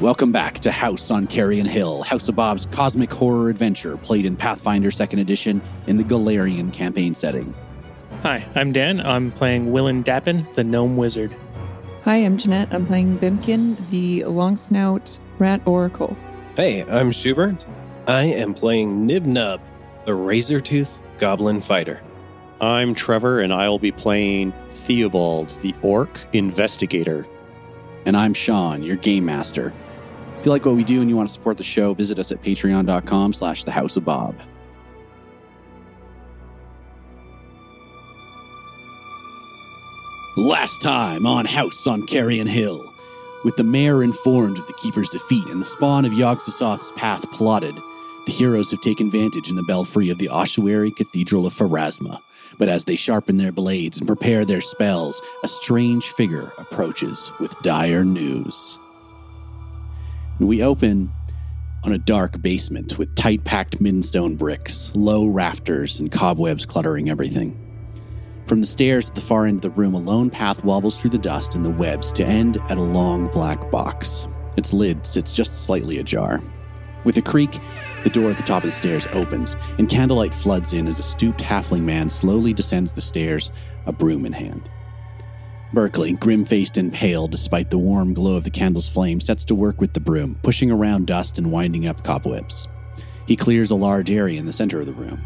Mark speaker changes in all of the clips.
Speaker 1: Welcome back to House on Carrion Hill, House of Bob's cosmic horror adventure played in Pathfinder 2nd Edition in the Galarian campaign setting.
Speaker 2: Hi, I'm Dan. I'm playing Willen Dappin, the gnome wizard.
Speaker 3: Hi, I'm Jeanette. I'm playing Bimkin, the long snout rat oracle.
Speaker 4: Hey, I'm Schubert. I am playing Nibnub, the razor tooth goblin fighter.
Speaker 5: I'm Trevor, and I'll be playing Theobald, the orc investigator.
Speaker 1: And I'm Sean, your game master. If you like what we do and you want to support the show, visit us at patreon.com slash the House of Bob. Last time on House on Carrion Hill, with the mayor informed of the Keeper's defeat and the spawn of Yog Sothoth's path plotted, the heroes have taken vantage in the belfry of the ossuary Cathedral of Pharasma. But as they sharpen their blades and prepare their spells, a strange figure approaches with dire news. And we open on a dark basement with tight packed minstone bricks, low rafters, and cobwebs cluttering everything. From the stairs at the far end of the room, a lone path wobbles through the dust and the webs to end at a long black box. Its lid sits just slightly ajar. With a creak, the door at the top of the stairs opens, and candlelight floods in as a stooped halfling man slowly descends the stairs, a broom in hand. Berkeley, grim faced and pale despite the warm glow of the candle's flame, sets to work with the broom, pushing around dust and winding up cobwebs. He clears a large area in the center of the room.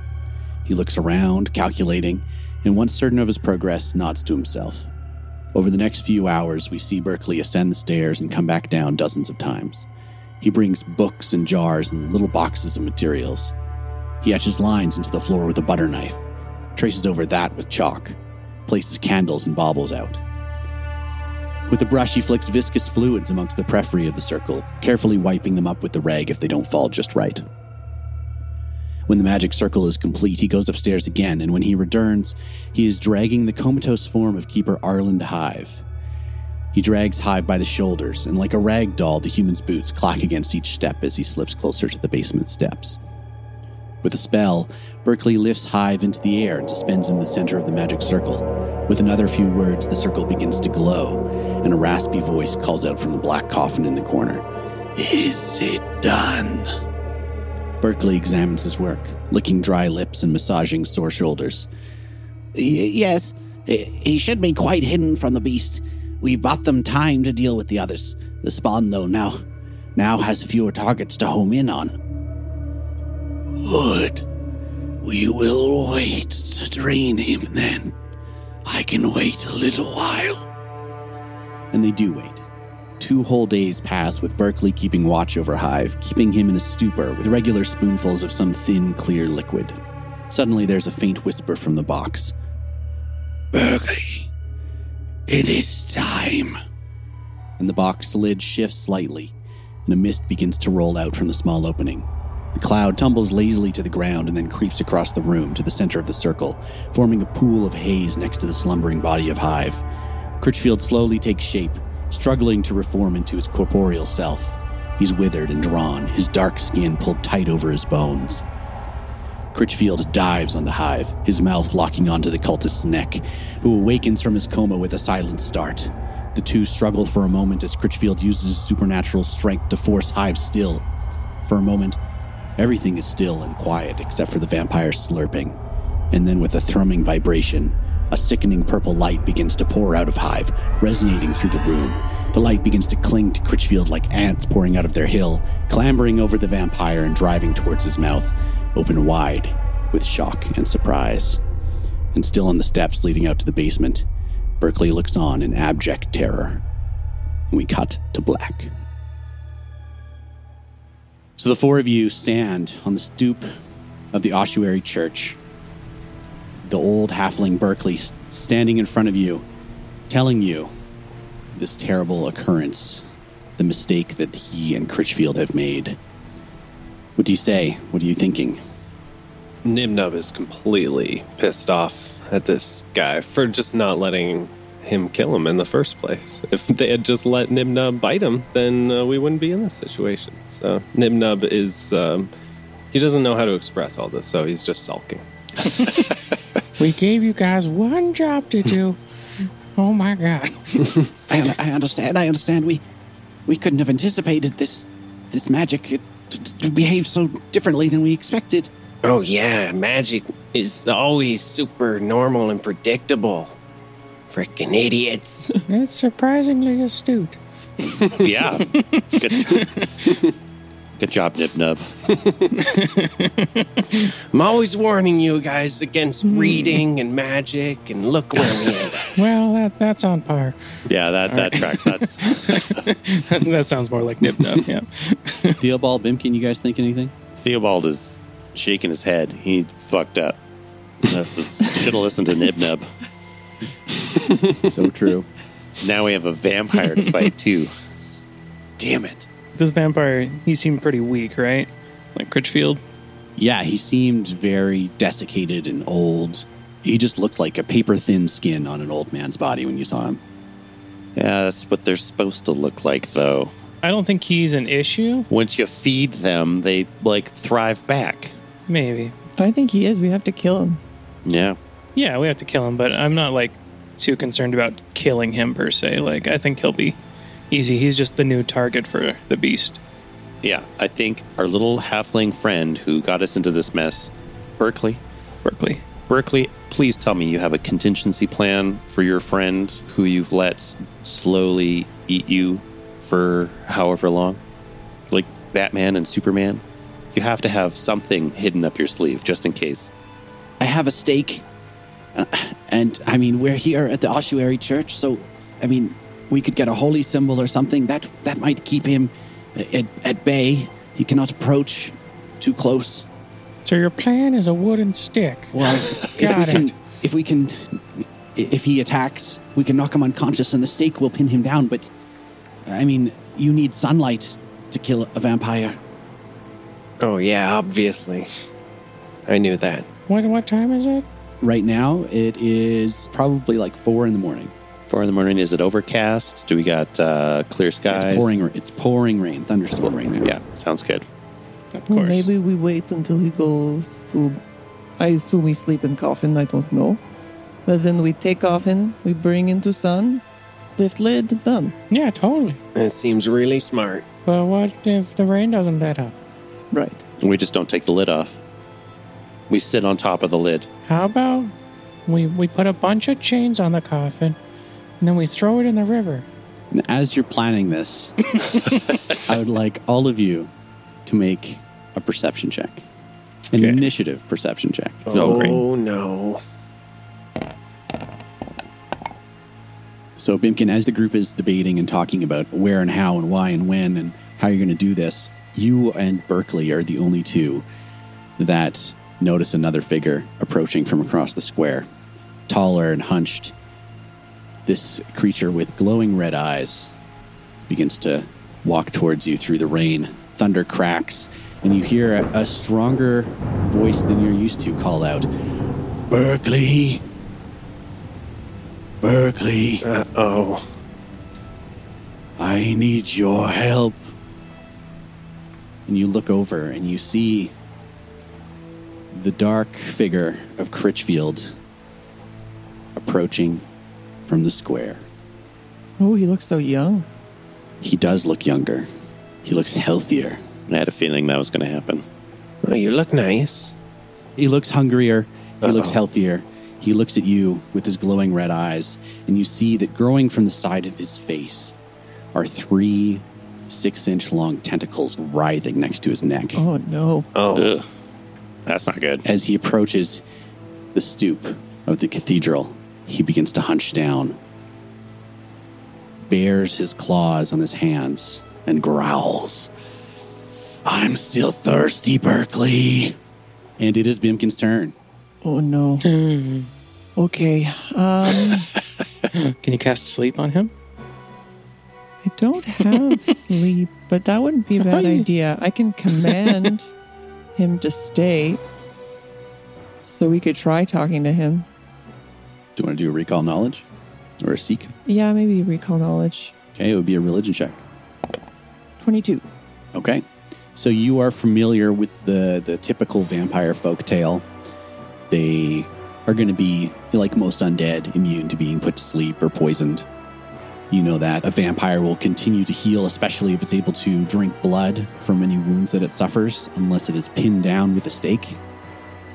Speaker 1: He looks around, calculating, and once certain of his progress, nods to himself. Over the next few hours, we see Berkeley ascend the stairs and come back down dozens of times. He brings books and jars and little boxes of materials. He etches lines into the floor with a butter knife, traces over that with chalk, places candles and baubles out. With a brush, he flicks viscous fluids amongst the periphery of the circle, carefully wiping them up with the rag if they don't fall just right. When the magic circle is complete, he goes upstairs again, and when he returns, he is dragging the comatose form of Keeper Arland Hive. He drags Hive by the shoulders, and like a rag doll, the human's boots clack against each step as he slips closer to the basement steps. With a spell, Berkeley lifts Hive into the air and suspends him in the center of the magic circle. With another few words, the circle begins to glow, and a raspy voice calls out from the black coffin in the corner Is it done? Berkeley examines his work, licking dry lips and massaging sore shoulders. yes, he- he should be quite hidden from the beast. We bought them time to deal with the others. The spawn, though, now now has fewer targets to home in on. Good. We will wait to drain him then. I can wait a little while. And they do wait. Two whole days pass with Berkeley keeping watch over Hive, keeping him in a stupor with regular spoonfuls of some thin, clear liquid. Suddenly, there's a faint whisper from the box Berkeley, it is time. And the box lid shifts slightly, and a mist begins to roll out from the small opening. The cloud tumbles lazily to the ground and then creeps across the room to the center of the circle, forming a pool of haze next to the slumbering body of Hive. Critchfield slowly takes shape, struggling to reform into his corporeal self. He's withered and drawn, his dark skin pulled tight over his bones. Critchfield dives onto Hive, his mouth locking onto the cultist's neck, who awakens from his coma with a silent start. The two struggle for a moment as Critchfield uses his supernatural strength to force Hive still. For a moment, everything is still and quiet except for the vampire slurping. And then, with a thrumming vibration, a sickening purple light begins to pour out of Hive, resonating through the room. The light begins to cling to Critchfield like ants pouring out of their hill, clambering over the vampire and driving towards his mouth, open wide with shock and surprise. And still on the steps leading out to the basement, Berkeley looks on in abject terror. And we cut to black. So the four of you stand on the stoop of the ossuary church the old halfling Berkeley s- standing in front of you, telling you this terrible occurrence, the mistake that he and Critchfield have made. What do you say? What are you thinking?
Speaker 4: Nibnub is completely pissed off at this guy for just not letting him kill him in the first place. If they had just let Nibnub bite him, then uh, we wouldn't be in this situation. So Nibnub is. Um, he doesn't know how to express all this, so he's just sulking.
Speaker 6: We gave you guys one job to do. oh my god.
Speaker 1: I, I understand. I understand. We We couldn't have anticipated this. This magic it, it behaves so differently than we expected.
Speaker 4: Oh, yeah, magic is always super normal and predictable. Frickin' idiots.
Speaker 6: That's surprisingly astute.
Speaker 5: Yeah. Good, good job, Nib Nub.
Speaker 4: I'm always warning you guys against reading and magic, and look where we end up.
Speaker 6: Well, that that's on par.
Speaker 5: Yeah, that, that tracks. That's
Speaker 6: that sounds more like nip nub. Yeah.
Speaker 1: Theobald, Bimkin, you guys think anything?
Speaker 5: Theobald is shaking his head. He fucked up. This is, should have listened to Nib Nub.
Speaker 1: so true.
Speaker 5: Now we have a vampire to fight too. Damn it.
Speaker 2: This vampire, he seemed pretty weak, right? Like Critchfield.
Speaker 1: Yeah, he seemed very desiccated and old. He just looked like a paper thin skin on an old man's body when you saw him.
Speaker 5: Yeah, that's what they're supposed to look like though.
Speaker 2: I don't think he's an issue.
Speaker 5: Once you feed them, they like thrive back.
Speaker 2: Maybe.
Speaker 3: I think he is. We have to kill him.
Speaker 5: Yeah.
Speaker 2: Yeah, we have to kill him, but I'm not like too concerned about killing him per se. Like I think he'll be easy. He's just the new target for the beast.
Speaker 5: Yeah. I think our little halfling friend who got us into this mess, Berkeley.
Speaker 2: Berkeley.
Speaker 5: Berkeley, please tell me you have a contingency plan for your friend who you've let slowly eat you for however long. Like Batman and Superman. You have to have something hidden up your sleeve just in case.
Speaker 1: I have a stake. Uh, And I mean, we're here at the ossuary church, so I mean, we could get a holy symbol or something that that might keep him uh, at, at bay. He cannot approach too close.
Speaker 6: So your plan is a wooden stick.
Speaker 1: Well, if we
Speaker 6: Got
Speaker 1: can,
Speaker 6: it.
Speaker 1: if we can, if he attacks, we can knock him unconscious, and the stake will pin him down. But I mean, you need sunlight to kill a vampire.
Speaker 4: Oh, yeah, obviously. I knew that.
Speaker 6: What what time is it?
Speaker 1: Right now, it is probably like four in the morning.
Speaker 5: Four in the morning. Is it overcast? Do we got uh, clear skies?
Speaker 1: It's pouring. It's pouring rain, thunderstorm right now.
Speaker 5: Yeah, sounds good.
Speaker 6: Of course.
Speaker 7: Well, maybe we wait until he goes to. I assume he's sleeping coffin. I don't know. But then we take coffin, we bring into sun, lift lid, done.
Speaker 6: Yeah, totally.
Speaker 4: That seems really smart.
Speaker 6: But what if the rain doesn't let up?
Speaker 7: Right.
Speaker 5: We just don't take the lid off. We sit on top of the lid.
Speaker 6: How about we we put a bunch of chains on the coffin, and then we throw it in the river.
Speaker 1: And as you're planning this, I would like all of you to make a perception check, an
Speaker 5: Okay.
Speaker 1: initiative perception check.
Speaker 5: Oh, great.
Speaker 4: no.
Speaker 1: So, Bimkin, as the group is debating and talking about where and how and why and when and how you're going to do this, you and Berkeley are the only two that notice another figure approaching from across the square. Taller and hunched, this creature with glowing red eyes begins to walk towards you through the rain. Thunder cracks, and you hear a, a stronger voice than you're used to call out Berkeley! Berkeley!
Speaker 4: Uh oh.
Speaker 1: I need your help. And you look over and you see the dark figure of Critchfield approaching from the square.
Speaker 7: Oh, he looks so young.
Speaker 1: He does look younger, he looks healthier,
Speaker 5: I had a feeling that was going to happen.
Speaker 4: Oh, you look nice.
Speaker 1: he looks hungrier, he
Speaker 4: Uh-oh.
Speaker 1: looks healthier. He looks at you with his glowing red eyes, and you see that growing from the side of his face are three six inch long tentacles writhing next to his neck.
Speaker 7: Oh, no.
Speaker 4: Oh,
Speaker 5: Ugh. That's not good.
Speaker 1: As he approaches the stoop of the cathedral, he begins to hunch down, bares his claws on his hands, and growls. I'm still thirsty, Berkeley. And it is Bimkin's turn.
Speaker 7: Oh, no. okay. Um,
Speaker 2: Can you cast sleep on him?
Speaker 7: I don't have sleep, but that wouldn't be a bad idea. I can command him to stay. So we could try talking to him.
Speaker 1: Do you want to do a recall knowledge or a seek?
Speaker 7: Yeah, maybe recall knowledge.
Speaker 1: Okay, it would be a religion check.
Speaker 7: 22.
Speaker 1: Okay. So you are familiar with the, the typical vampire folktale. They are going to be, like most undead, immune to being put to sleep or poisoned. You know that a vampire will continue to heal, especially if it's able to drink blood from any wounds that it suffers, unless it is pinned down with a stake.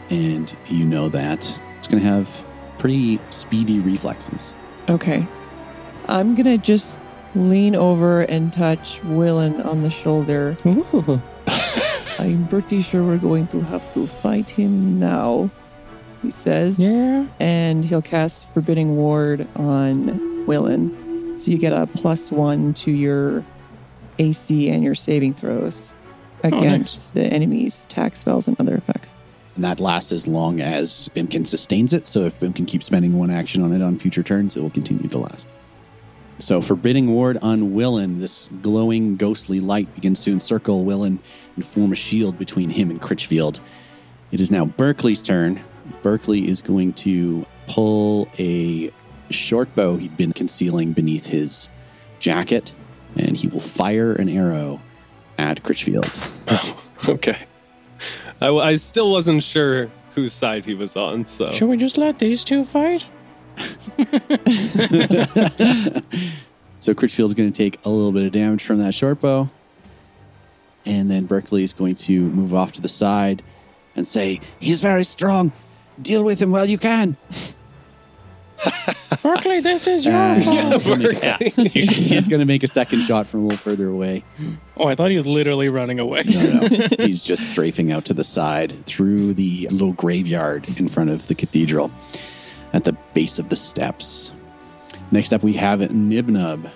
Speaker 1: And you know that it's going to have pretty speedy reflexes.
Speaker 7: Okay. I'm going to just lean over and touch Willen on the shoulder.
Speaker 6: Ooh.
Speaker 7: I'm pretty sure we're going to have to fight him now, he says.
Speaker 6: Yeah.
Speaker 7: And he'll cast Forbidding Ward on Willen. So you get a plus one to your AC and your saving throws against the enemy's attack spells and other effects.
Speaker 1: And that lasts as long as Bimkin sustains it. So if Bimkin keeps spending one action on it on future turns, it will continue to last. So, forbidding ward on Willen, this glowing ghostly light begins to encircle Willen and form a shield between him and Critchfield. It is now Berkeley's turn. Berkeley is going to pull a short bow he'd been concealing beneath his jacket, and he will fire an arrow at Critchfield.
Speaker 4: Okay. I, w- I still wasn't sure whose side he was on, so.
Speaker 6: Should we just let these two fight?
Speaker 1: So Critchfield's going to take a little bit of damage from that short bow. And then Berkeley is going to move off to the side and say, He's very strong. Deal with him while you can.
Speaker 6: Berkeley, this is your
Speaker 1: And
Speaker 6: fault.
Speaker 1: he's gonna make a sec- he's going to make a second shot from a little further away.
Speaker 2: Oh, I thought he was literally running away.
Speaker 1: No, no. he's just strafing out to the side through the little graveyard in front of the cathedral at the base of the steps. Next up, we have Nibnub.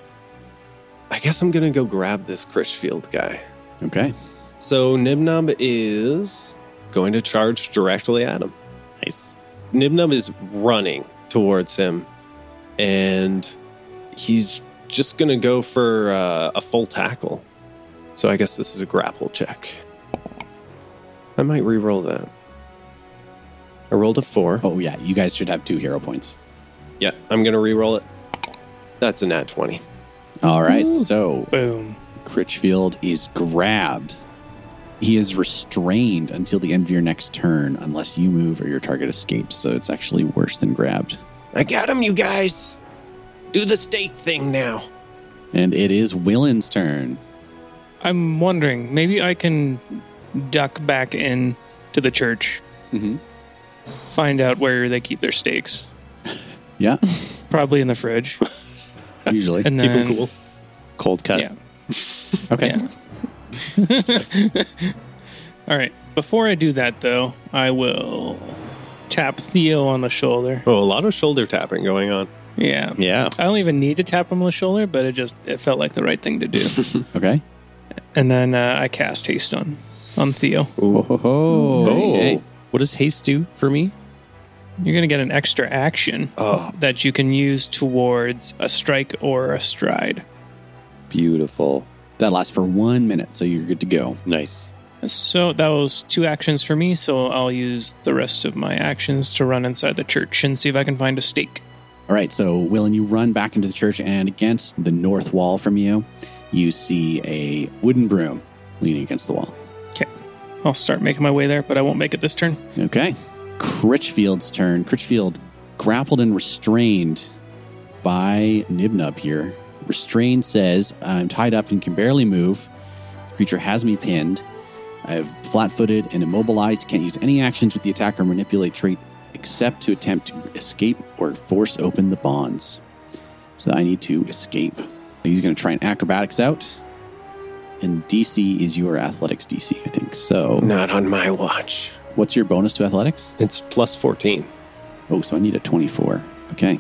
Speaker 4: I guess I'm gonna go grab this Critchfield guy.
Speaker 1: Okay.
Speaker 4: So Nibnub is going to charge directly at him.
Speaker 5: Nice.
Speaker 4: Nibnub is running towards him, and he's just gonna go for uh, a full tackle. So I guess this is a grapple check. I might re-roll that. I rolled a four.
Speaker 1: Oh, yeah. You guys should have two hero points.
Speaker 4: Yeah, I'm gonna re-roll it. That's a nat twenty.
Speaker 1: All right. So
Speaker 2: Boom.
Speaker 1: Critchfield is grabbed. He is restrained until the end of your next turn, unless you move or your target escapes. So it's actually worse than grabbed.
Speaker 4: I got him, you guys. Do the stake thing now.
Speaker 1: And it is Willen's turn.
Speaker 2: I'm wondering, maybe I can duck back in to the church,
Speaker 1: Mm-hmm.
Speaker 2: find out where they keep their steaks.
Speaker 1: Yeah,
Speaker 2: Probably in the fridge.
Speaker 1: usually.
Speaker 2: And
Speaker 4: Keep him
Speaker 2: then,
Speaker 4: cool.
Speaker 5: Cold cut.
Speaker 2: Yeah.
Speaker 1: okay.
Speaker 2: yeah. All right. Before I do that, though, I will tap Theo on the shoulder.
Speaker 4: Oh, a lot of shoulder tapping going on.
Speaker 2: Yeah.
Speaker 5: Yeah.
Speaker 2: I don't even need to tap him on the shoulder, but it just it felt like the right thing to do.
Speaker 1: Okay.
Speaker 2: and then uh, I cast haste on on Theo.
Speaker 1: Oh, ho, ho.
Speaker 5: Oh. What does haste do for me?
Speaker 2: You're gonna get an extra action that you can use towards a strike or a stride.
Speaker 5: Beautiful.
Speaker 1: That lasts for one minute, so you're good to go.
Speaker 5: Nice.
Speaker 2: So that was two actions for me. So I'll use the rest of my actions to run inside the church and see if I can find a stake.
Speaker 1: All right, so Will and you run back into the church, and against the north wall from you, you see a wooden broom leaning against the wall.
Speaker 2: Okay, I'll start making my way there, but I won't make it this turn.
Speaker 1: Okay. Critchfield's turn. Critchfield grappled and restrained by Nibnub here. Restrained says, I'm tied up and can barely move. The creature has me pinned. I've flat footed and immobilized. Can't use any actions with the attack or manipulate trait except to attempt to escape or force open the bonds. So I need to escape. He's going to try and acrobatics out. And DC is your athletics DC, I think. So,
Speaker 4: Not on my watch.
Speaker 1: what's your bonus to athletics?
Speaker 4: It's plus 14.
Speaker 1: Oh, so I need a 24. Okay.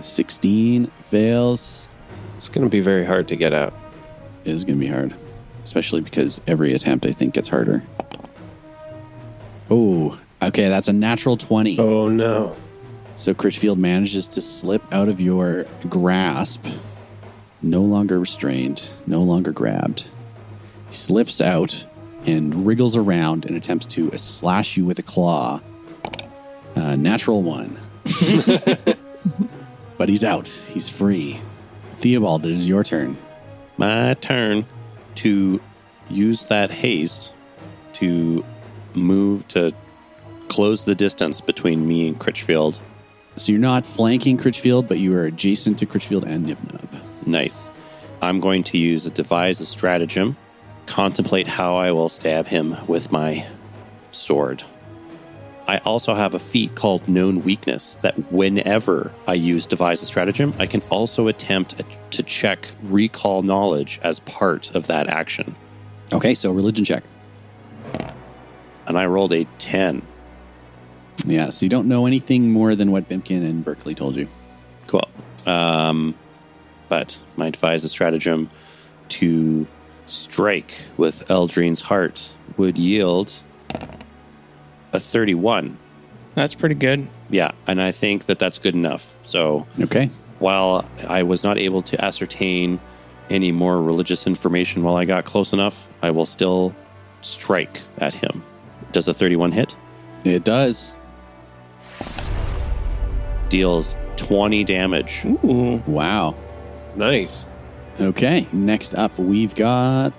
Speaker 1: 16 fails
Speaker 4: It's going to be very hard to get out.
Speaker 1: It is going to be hard, especially because every attempt I think gets harder. Oh, okay. That's a natural 20.
Speaker 4: Oh, no.
Speaker 1: So Critchfield manages to slip out of your grasp, no longer restrained, no longer grabbed. He slips out and wriggles around and attempts to slash you with a claw. Uh, natural one. but he's out. He's free. Theobald, it is your turn.
Speaker 5: My turn to use that haste to move to close the distance between me and Critchfield
Speaker 1: So you're not flanking Critchfield, but you are adjacent to Critchfield and Nibnub.
Speaker 5: Nice. I'm going to use a devise a stratagem, contemplate how I will stab him with my sword. I also have a feat called Known Weakness that whenever I use devise a stratagem, I can also attempt to check recall knowledge as part of that action.
Speaker 1: Okay, so religion check.
Speaker 5: And I rolled a 10.
Speaker 1: Yeah, so you don't know anything more than what Bimkin and Berkeley told you.
Speaker 5: Cool. Um, but my devise a stratagem to strike with Eldrine's heart would yield a 31.
Speaker 2: That's pretty good.
Speaker 5: Yeah, and I think that that's good enough. So
Speaker 1: Okay.
Speaker 5: while I was not able to ascertain any more religious information while I got close enough, I will still strike at him. Does a 31 hit?
Speaker 1: It does.
Speaker 5: Deals 20 damage.
Speaker 2: Ooh.
Speaker 1: Wow.
Speaker 4: Nice.
Speaker 1: Okay, next up we've got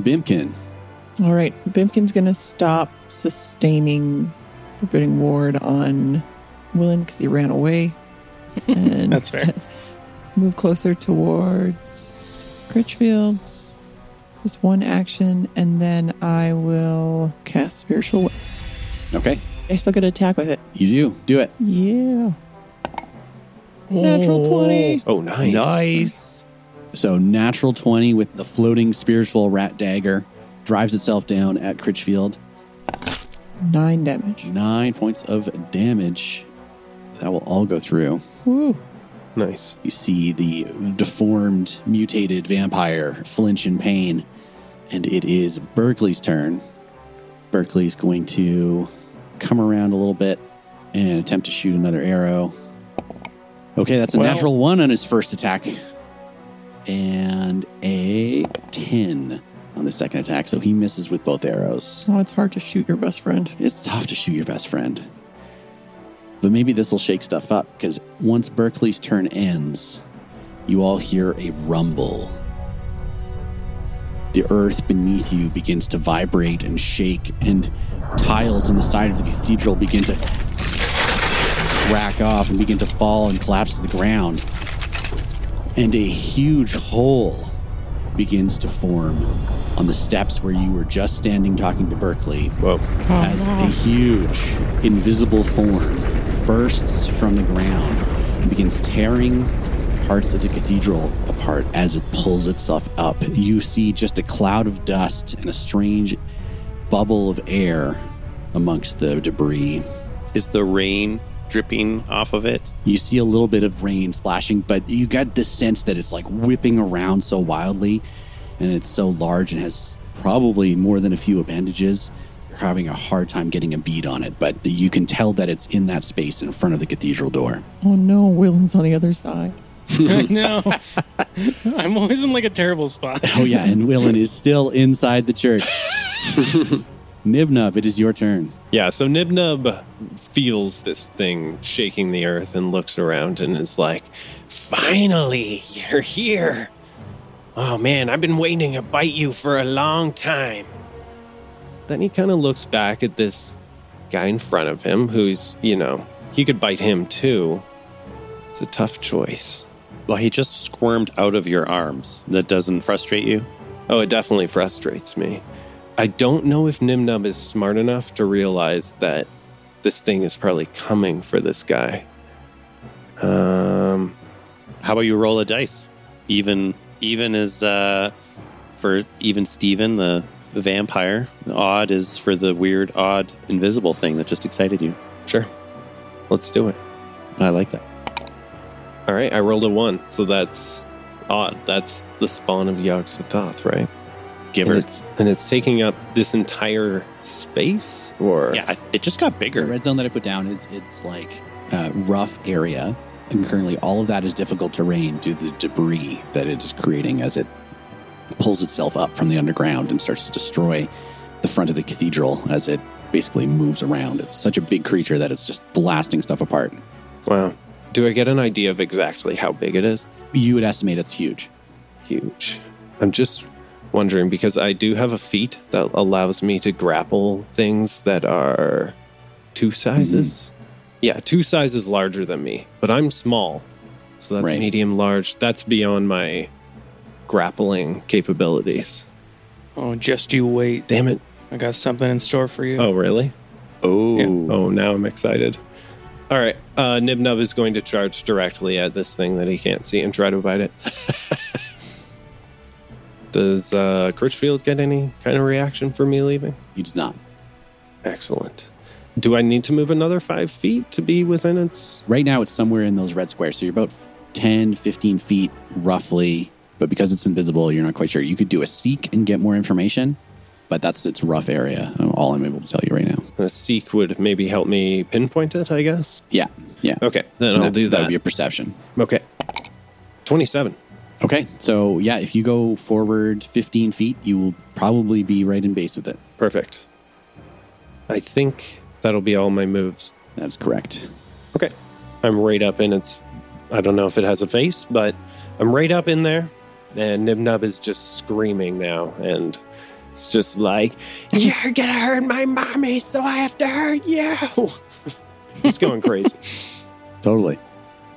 Speaker 1: Bimkin.
Speaker 7: All right, Bimkin's gonna stop sustaining forbidding ward on Willen because he ran away. And
Speaker 2: That's fair.
Speaker 7: Move closer towards Critchfield. That's one action, and then I will cast spiritual. We-
Speaker 1: Okay,
Speaker 7: I still get an attack with it.
Speaker 1: you do. Do it.
Speaker 7: Yeah. Natural twenty.
Speaker 4: Oh, nice.
Speaker 1: So natural 20 with the floating spiritual rat dagger drives itself down at Critchfield.
Speaker 7: Nine damage.
Speaker 1: Nine points of damage. That will all go through.
Speaker 7: Woo.
Speaker 4: Nice.
Speaker 1: You see the deformed, mutated vampire flinch in pain. And it is Berkeley's turn. Berkeley's going to come around a little bit and attempt to shoot another arrow. Okay, that's a
Speaker 2: Well-
Speaker 1: natural one on his first attack. And a 10 on the second attack. So he misses with both arrows.
Speaker 7: Oh, it's hard to shoot your best friend.
Speaker 1: It's tough to shoot your best friend. But maybe this will shake stuff up because once Berkeley's turn ends, you all hear a rumble. The earth beneath you begins to vibrate and shake, and tiles in the side of the cathedral begin to crack off and begin to fall and collapse to the ground. And a huge hole begins to form on the steps where you were just standing talking to Berkeley
Speaker 4: Whoa.
Speaker 1: as a huge, invisible form bursts from the ground and begins tearing parts of the cathedral apart as it pulls itself up. You see just a cloud of dust and a strange bubble of air amongst the debris.
Speaker 5: Is the rain dripping off of it?
Speaker 1: You see a little bit of rain splashing, but you got the sense that it's like whipping around so wildly and it's so large and has probably more than a few appendages. You're having a hard time getting a bead on it, but you can tell that it's in that space in front of the cathedral door.
Speaker 7: Oh no, Willen's on the other side.
Speaker 2: no. I'm always in like a terrible spot.
Speaker 1: Oh, yeah, and Willen is still inside the church. Nibnub, it is your turn.
Speaker 4: Yeah, so Nibnub feels this thing shaking the earth and looks around and is like, Finally, you're here. Oh man, I've been waiting to bite you for a long time. Then he kind of looks back at this guy in front of him who's, you know, he could bite him too. It's a tough choice.
Speaker 5: Well, he just squirmed out of your arms. That doesn't frustrate you?
Speaker 4: Oh, it definitely frustrates me. I don't know if Nimnub is smart enough to realize that this thing is probably coming for this guy. Um,
Speaker 5: How about you roll a dice? Even even is uh, for even Steven the vampire. Odd is for the weird, odd, invisible thing that just excited you.
Speaker 4: sure. Let's do it.
Speaker 5: I like that.
Speaker 4: All right, I rolled a one, so that's odd. That's the spawn of Yogg-Sothoth, right?
Speaker 5: Give
Speaker 4: And
Speaker 5: her.
Speaker 4: it's, and it's taking up this entire space, or
Speaker 5: Yeah, I- it just got
Speaker 1: The
Speaker 5: bigger.
Speaker 1: red zone that I put down is it's like a rough area, and currently all of that is difficult terrain due to the debris that it is creating as it pulls itself up from the underground and starts to destroy the front of the cathedral as it basically moves around. It's such a big creature that it's just blasting stuff apart.
Speaker 4: wow. Do I get an idea of exactly how big it is?
Speaker 1: You would estimate it's huge.
Speaker 4: huge. I'm just wondering because I do have a feat that allows me to grapple things that are two sizes. Yeah, two sizes larger than me, but I'm small. So that's
Speaker 1: Right.
Speaker 4: medium large. That's beyond my grappling capabilities.
Speaker 2: Oh, just you wait.
Speaker 4: Damn it.
Speaker 2: I got something in store for you.
Speaker 4: Oh, really?
Speaker 5: Oh,
Speaker 4: Oh, now I'm excited. All right. Uh, Nib Nub is going to charge directly at this thing that he can't see and try to bite it. Does uh, Critchfield get any kind of reaction for me leaving?
Speaker 1: He does not.
Speaker 4: Excellent. Do I need to move another five feet to be within its?
Speaker 1: Right now, it's somewhere in those red squares. So you're about 10, 15 feet roughly. But because it's invisible, you're not quite sure. You could do a seek and get more information, but that's its rough area. All I'm able to tell you right now.
Speaker 4: A seek would maybe help me pinpoint it, I guess.
Speaker 1: Yeah. Yeah.
Speaker 4: Okay, then I'll do
Speaker 1: That
Speaker 4: that.
Speaker 1: would be a perception.
Speaker 4: okay. 27.
Speaker 1: Okay. So, yeah, if you go forward 15 feet, you will probably be right in base with it.
Speaker 4: Perfect. I think that'll be all my moves.
Speaker 1: That's correct.
Speaker 4: Okay. I'm right up in its. I don't know if it has a face, but I'm right up in there. And Nib Nub is just screaming now. And it's just like, You're going to hurt my mommy, so I have to hurt you. He's going crazy.
Speaker 1: Totally.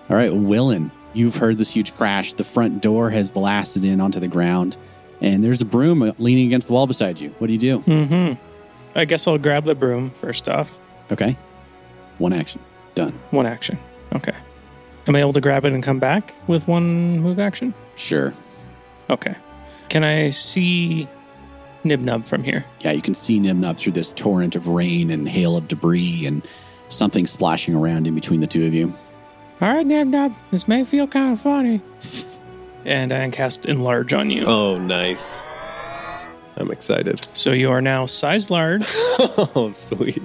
Speaker 1: All right, Willin, you've heard this huge crash. The front door has blasted in onto the ground, and there's a broom leaning against the wall beside you. What do you do?
Speaker 2: Mm-hmm. I guess I'll grab the broom first off.
Speaker 1: Okay. One action. Done.
Speaker 2: One action. Okay. Am I able to grab it and come back with one move action?
Speaker 1: Sure.
Speaker 2: Okay. Can I see Nib Nub from here?
Speaker 1: Yeah, you can see Nimnub through this torrent of rain and hail of debris and something splashing around in between the two of you.
Speaker 6: All right, Nab Nab, this may feel kind of funny.
Speaker 2: And I cast Enlarge on you.
Speaker 4: Oh, nice. I'm excited.
Speaker 2: So you are now size large.
Speaker 4: Oh, sweet.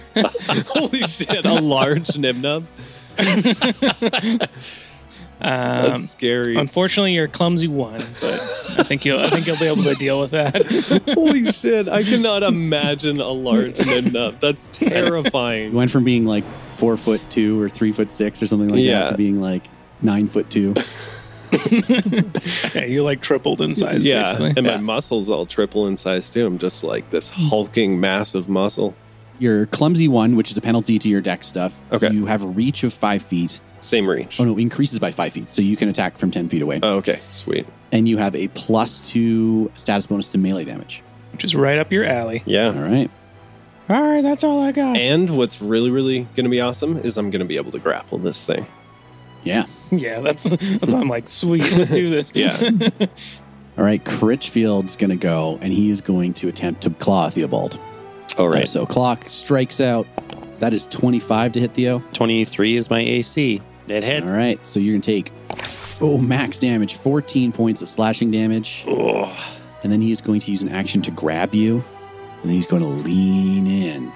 Speaker 4: Holy shit, a large Nimnub? That's
Speaker 2: Um,
Speaker 4: scary.
Speaker 2: unfortunately, you're a clumsy one, but I think you'll I think you'll be able to deal with that.
Speaker 4: Holy shit, I cannot imagine a large Nimnub. That's
Speaker 1: You
Speaker 4: terrifying.
Speaker 1: went from being like four foot two or three foot six or something like
Speaker 4: Yeah.
Speaker 1: that to being like nine foot two.
Speaker 2: yeah, you like tripled in size.
Speaker 4: yeah,
Speaker 2: basically.
Speaker 4: and my muscles all triple in size too. I'm just like this hulking mass of muscle.
Speaker 1: Your clumsy one, which is a penalty to your deck stuff.
Speaker 4: Okay.
Speaker 1: You have a reach of five feet.
Speaker 4: Same reach.
Speaker 1: Oh no, increases by five feet, so you can attack from ten feet away,
Speaker 4: Oh, okay, sweet.
Speaker 1: and you have a plus two status bonus to melee damage.
Speaker 2: which is right up your alley.
Speaker 1: All
Speaker 4: Yeah.
Speaker 1: right,
Speaker 6: All right, that's all I got.
Speaker 4: And what's really, really going to be awesome is I'm going to be able to grapple this thing.
Speaker 1: yeah,
Speaker 2: Yeah, that's that's why I'm like, sweet, let's do this.
Speaker 4: Yeah.
Speaker 1: all right. Critchfield's gonna go, and he is going to attempt to claw Theobald.
Speaker 5: all right.
Speaker 1: so clock strikes out. That is twenty-five to hit Theo.
Speaker 5: 23 is my AC. That hits.
Speaker 1: All right, so you're gonna take oh max damage, fourteen points of slashing damage,
Speaker 5: Ugh.
Speaker 1: and then he is going to use an action to grab you, and then he's going to lean in,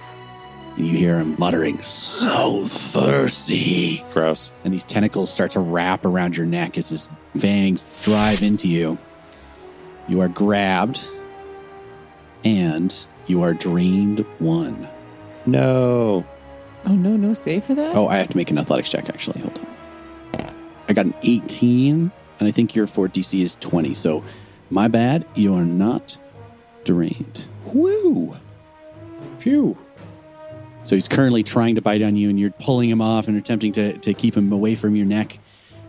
Speaker 1: and you hear him muttering, "So thirsty."
Speaker 5: Gross.
Speaker 1: and these tentacles start to wrap around your neck as his fangs drive into you. You are grabbed, and you are drained one.
Speaker 5: No.
Speaker 7: Oh no, no save for that.
Speaker 1: Oh, I have to make an athletics check, actually. Hold on. I got an 18, and I think your fort DC is 20. So, my bad. You are not drained. Woo!
Speaker 4: Phew.
Speaker 1: So, he's currently trying to bite on you, and you're pulling him off and attempting to, to keep him away from your neck,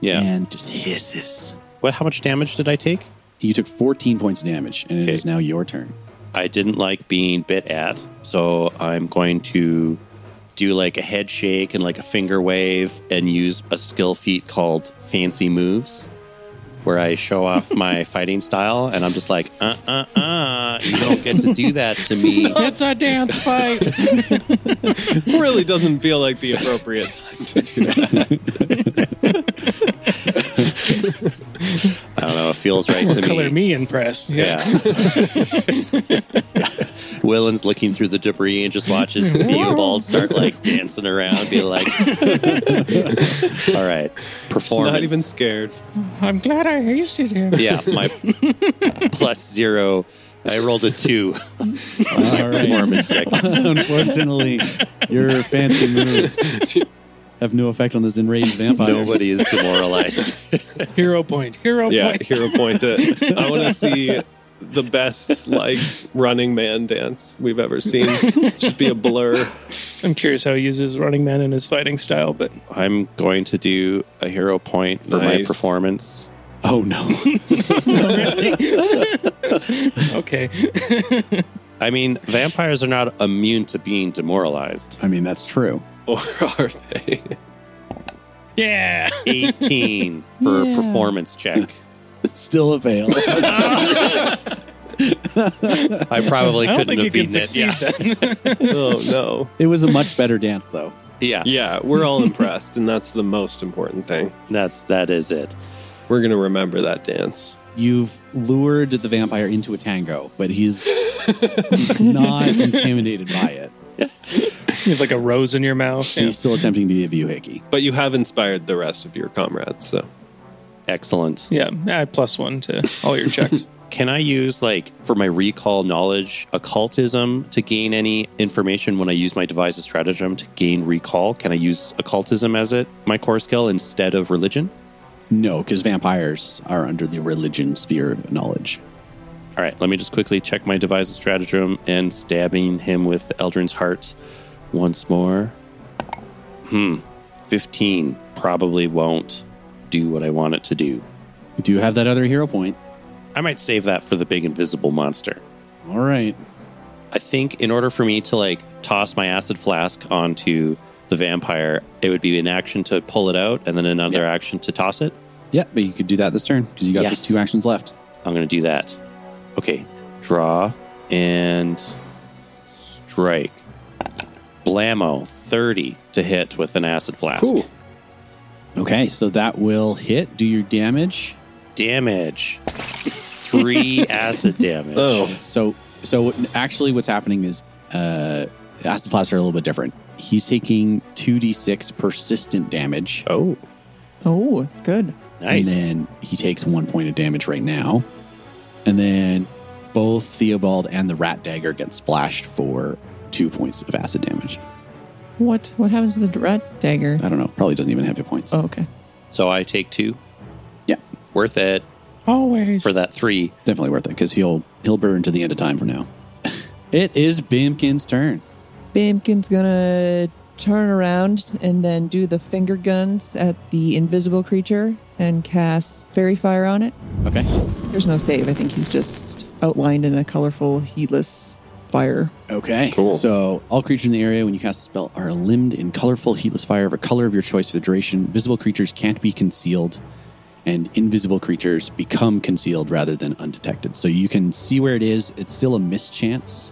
Speaker 5: Yeah.
Speaker 1: and just hisses.
Speaker 5: What? How much damage did I take?
Speaker 1: You took 14 points of damage, and it
Speaker 5: Okay.
Speaker 1: is now your turn.
Speaker 5: I didn't like being bit at, so I'm going to do like a head shake and like a finger wave and use a skill feat called Fancy Moves, where I show off my fighting style and I'm just like, uh uh uh, you don't get to do that to me.
Speaker 6: It's a dance fight.
Speaker 4: really doesn't feel like the appropriate time to do that.
Speaker 5: I don't know, it feels right to
Speaker 2: Color
Speaker 5: me.
Speaker 2: me impressed.
Speaker 5: Yeah. Willen's looking through the debris and just watches Theobald start like dancing around, be like, "All right,
Speaker 4: She's
Speaker 5: performance."
Speaker 4: not even scared.
Speaker 6: I'm glad I hasted him.
Speaker 5: yeah, my plus zero. I rolled a two on my
Speaker 1: All right.
Speaker 5: performance check.
Speaker 1: Unfortunately, your fancy moves have no effect on this enraged vampire.
Speaker 5: Nobody is demoralized.
Speaker 2: Hero point. Hero
Speaker 4: Yeah,
Speaker 2: point.
Speaker 4: hero point it. I want to see the best like running man dance we've ever seen. Just be a blur.
Speaker 2: I'm curious how he uses Running Man in his fighting style, but
Speaker 5: I'm going to do a hero point for my
Speaker 4: Nice.
Speaker 5: performance.
Speaker 1: Oh no.
Speaker 2: okay.
Speaker 5: I mean, vampires are not immune to being demoralized.
Speaker 1: I mean, that's true.
Speaker 4: Or are they?
Speaker 2: yeah.
Speaker 5: 18 for
Speaker 7: Yeah.
Speaker 5: a performance check.
Speaker 1: It's still a fail.
Speaker 5: I probably
Speaker 2: I don't
Speaker 5: couldn't
Speaker 2: think you
Speaker 5: have
Speaker 2: can
Speaker 5: beaten it.
Speaker 2: succeed
Speaker 5: Yeah.
Speaker 2: then.
Speaker 4: Oh no.
Speaker 1: it was a much better dance, though.
Speaker 5: yeah,
Speaker 4: Yeah, we're all impressed, and that's the most important thing.
Speaker 5: that's that is it.
Speaker 4: We're gonna remember that dance.
Speaker 1: You've lured the vampire into a tango, but he's he's not intimidated by it.
Speaker 2: You have like a rose in your mouth. Yeah.
Speaker 1: He's still attempting to be a view hickey.
Speaker 4: But you have inspired the rest of your comrades, so
Speaker 5: Excellent.
Speaker 2: yeah. Add plus one to all your checks.
Speaker 5: Can I use like for my recall knowledge occultism to gain any information when I use my devise a stratagem to gain recall? Can I use occultism as it my core skill instead of religion?
Speaker 1: No, because vampires are under the religion sphere of knowledge.
Speaker 5: All right, let me just quickly check my devise a stratagem and stabbing him with Eldrin's heart once more. Hmm, 15 probably won't do what I want it to do.
Speaker 1: You do have that other hero point.
Speaker 5: I might save that for the big invisible monster.
Speaker 1: All right.
Speaker 5: I think in order for me to like toss my acid flask onto the vampire, it would be an action to pull it out and then another action to toss it.
Speaker 1: Yeah, but you could do that this turn because you got
Speaker 5: Yes.
Speaker 1: just two actions left.
Speaker 5: I'm going to do that. Okay. Draw and strike. Blammo, 30 to hit with an acid flask.
Speaker 4: Ooh.
Speaker 1: Okay, so that will hit. Do your damage.
Speaker 5: Damage. Three acid damage.
Speaker 4: Oh.
Speaker 1: So, so what- actually, what's happening is uh, acid flasks are a little bit different. He's taking two d six persistent damage,
Speaker 4: Oh.
Speaker 7: Oh, it's good.
Speaker 1: and
Speaker 5: nice.
Speaker 1: then he takes one point of damage right now, and then both Theobald and the Rat Dagger get splashed for two points of acid damage.
Speaker 7: What what happens to the rat dagger?
Speaker 1: I don't know. Probably doesn't even have hit points.
Speaker 7: Oh, okay.
Speaker 5: so I take two.
Speaker 1: Yeah,
Speaker 5: Worth it
Speaker 6: Always.
Speaker 5: for that three.
Speaker 1: definitely worth it because he'll he'll burn to the end of time for now. it is Bimkin's turn.
Speaker 7: Bimkin's gonna turn around and then do the finger guns at the invisible creature and cast fairy fire on it.
Speaker 1: Okay.
Speaker 7: There's no save. I think he's just outlined in a colorful, heatless fire.
Speaker 1: Okay.
Speaker 4: Cool.
Speaker 1: So all creatures in the area when you cast a spell are limbed in colorful, heatless fire of a color of your choice for the duration. Visible creatures can't be concealed, and invisible creatures become concealed rather than undetected. So you can see where it is. It's still a mischance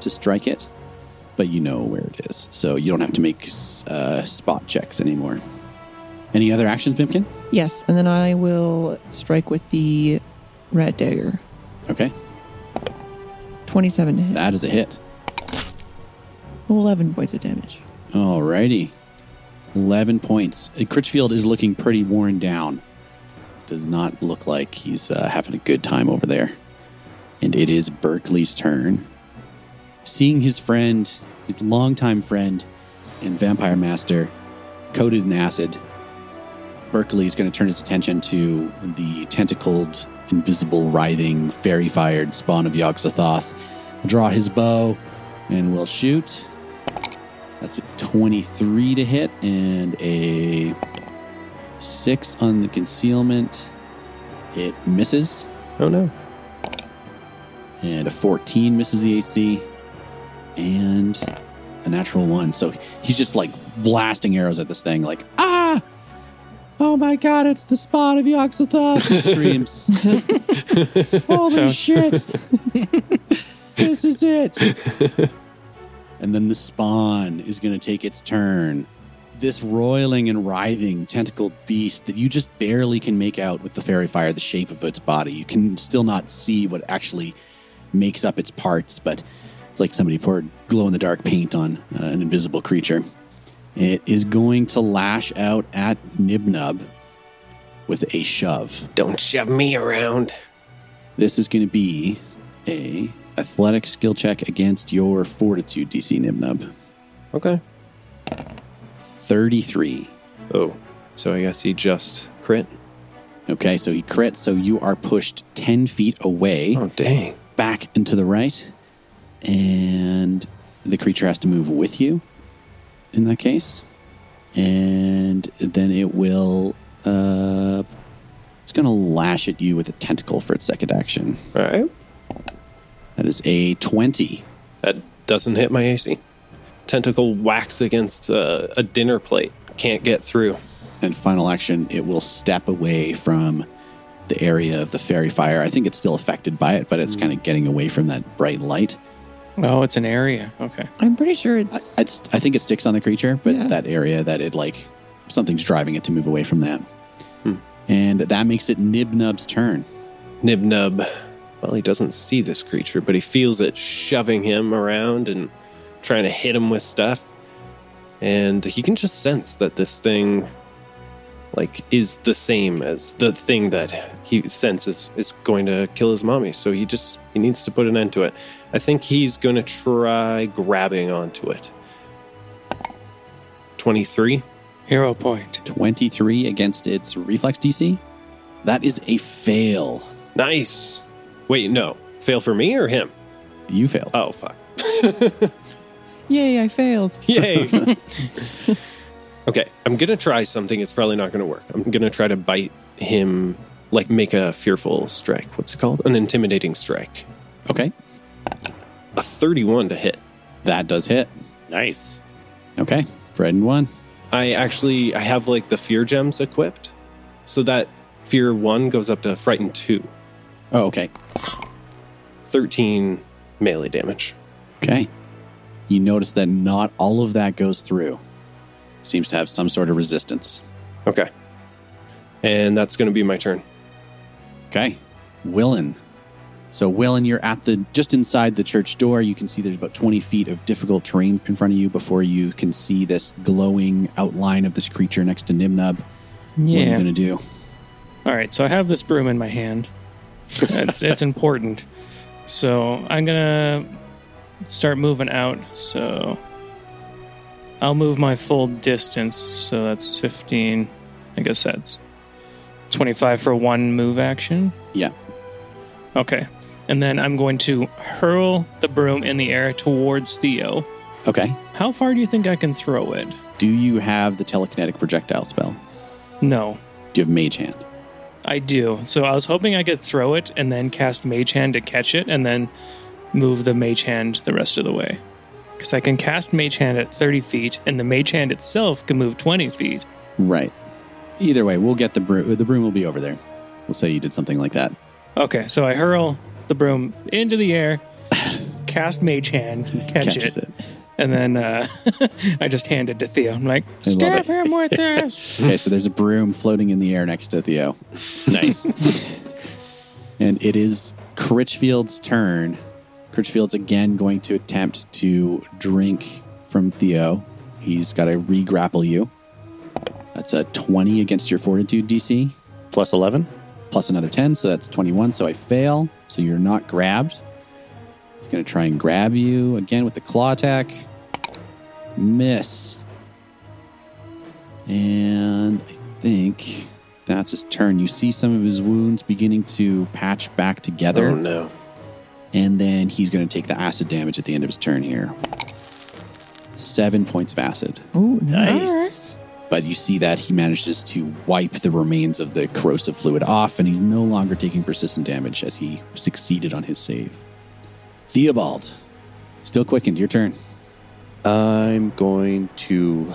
Speaker 1: to strike it, but you know where it is. So you don't have to make uh, spot checks anymore. Any other actions, Bimkin?
Speaker 7: Yes, and then I will strike with the rat dagger.
Speaker 1: Okay.
Speaker 7: 27 to hit.
Speaker 1: That is a hit.
Speaker 7: 11 points of damage.
Speaker 1: Alrighty. 11 points. Uh, Critchfield is looking pretty worn down. Does not look like he's uh, having a good time over there. And it is Berkeley's turn. Seeing his friend, his longtime friend and vampire master, coated in acid, Berkeley is going to turn his attention to the tentacled, invisible, writhing, fairy fired spawn of Yogg-Sothoth, draw his bow, and will shoot. That's a 23 to hit and a 6 on the concealment. It misses.
Speaker 4: Oh no.
Speaker 1: And a 14 misses the AC. And a natural 1. So he's just like blasting arrows at this thing, like, ah! Oh my god, it's the spot of Yoxathoth! screams. Holy
Speaker 2: So-
Speaker 1: shit! this is it! and then the spawn is going to take its turn. This roiling and writhing tentacled beast that you just barely can make out with the fairy fire, the shape of its body. You can still not see what actually makes up its parts, but it's like somebody poured glow in the dark paint on uh, an invisible creature. It is going to lash out at Nibnub with a shove.
Speaker 4: Don't shove me around.
Speaker 1: This is going to be a athletic skill check against your fortitude DC Nibnub.
Speaker 4: Okay.
Speaker 1: 33.
Speaker 4: Oh. So I guess he just crit.
Speaker 1: Okay, so he crits, so you are pushed 10 feet away
Speaker 4: Oh, dang.
Speaker 1: back and to the right, and the creature has to move with you in that case. And then it will. Uh, it's going to lash at you with a tentacle for its second action.
Speaker 4: All right.
Speaker 1: That is a 20.
Speaker 4: That doesn't hit my AC. Tentacle whacks against uh, a dinner plate. Can't get through.
Speaker 1: And final action, it will step away from the area of the fairy fire. I think it's still affected by it, but it's kind of getting away from that bright light.
Speaker 2: Oh, it's an area. Okay.
Speaker 7: I'm pretty sure
Speaker 1: I,
Speaker 7: it's.
Speaker 1: it's, I think it sticks on the creature, but
Speaker 7: Yeah.
Speaker 1: that area that it like something's driving it to move away from that. And that makes it Nib Nub's turn.
Speaker 4: Nibnub, well, he doesn't see this creature, but he feels it shoving him around and trying to hit him with stuff. And he can just sense that this thing, like, is the same as the thing that he senses is going to kill his mommy. So he just he needs to put an end to it. I think he's going to try grabbing onto it. Twenty-three.
Speaker 2: Hero point.
Speaker 1: 23 against its reflex DC. That is a fail.
Speaker 4: Nice. Wait, no. Fail for me or him?
Speaker 1: You failed.
Speaker 4: Oh fuck.
Speaker 7: Yay, I failed.
Speaker 4: Yay. okay, I'm going to try something. It's probably not going to work. I'm going to try to bite him, like make a fearful strike. What's it called? An intimidating strike.
Speaker 1: Okay.
Speaker 4: A 31 to hit.
Speaker 1: That does hit.
Speaker 5: Nice.
Speaker 1: Okay. Fred and one.
Speaker 4: I actually I have like the fear gems equipped. So that fear 1 goes up to frighten 2.
Speaker 1: Oh, okay.
Speaker 4: 13 melee damage.
Speaker 1: Okay. You notice that not all of that goes through. Seems to have some sort of resistance.
Speaker 4: Okay. And that's going to be my turn.
Speaker 1: Okay. Willen. So Willen, you're at the just inside the church door. You can see there's about 20 feet of difficult terrain in front of you before you can see this glowing outline of this creature next to Nimnub. What are you
Speaker 2: Yeah.
Speaker 1: gonna do?
Speaker 2: All right. So I have this broom in my hand. It's, it's important. So I'm gonna start moving out. So I'll move my full distance. So that's 15. I guess that's 25 for one move action.
Speaker 1: Yeah.
Speaker 2: Okay. And then I'm going to hurl the broom in the air towards Theo.
Speaker 1: Okay.
Speaker 2: How far do you think I can throw it?
Speaker 1: Do you have the telekinetic projectile spell?
Speaker 2: No,
Speaker 1: Do you have mage hand?
Speaker 2: I do. So I was hoping I could throw it and then cast Mage Hand to catch it and then move the Mage Hand the rest of the way. Because I can cast Mage Hand at 30 feet and the Mage Hand itself can move 20 feet.
Speaker 1: Right. Either way, we'll get the broom. The broom will be over there. We'll say you did something like that.
Speaker 2: Okay, so I hurl the broom into the air, cast Mage Hand, catch
Speaker 1: Catches
Speaker 2: it,
Speaker 1: it.
Speaker 2: and then uh, I just hand it to Theo. I'm like,
Speaker 1: love
Speaker 2: stab
Speaker 1: it.
Speaker 2: him with this.
Speaker 1: Okay, so there's a broom floating in the air next to Theo,
Speaker 5: Nice.
Speaker 1: and it is Critchfield's turn. Critchfield's again going to attempt to drink from Theo. He's got to re-grapple you. That's a 20 against your fortitude DC,
Speaker 5: Plus 11.
Speaker 1: plus another 10, so that's 21. So I fail, so you're not grabbed. He's going to try and grab you again with the claw attack. Miss. And I think that's his turn. You see some of his wounds beginning to patch back together.
Speaker 4: Oh no.
Speaker 1: And then he's going to take the acid damage at the end of his turn here. Seven points of acid.
Speaker 7: Oh, nice.
Speaker 1: But you see that he manages to wipe the remains of the corrosive fluid off, and he's no longer taking persistent damage as he succeeded on his save. Theobald, still quickened, your turn.
Speaker 5: I'm going to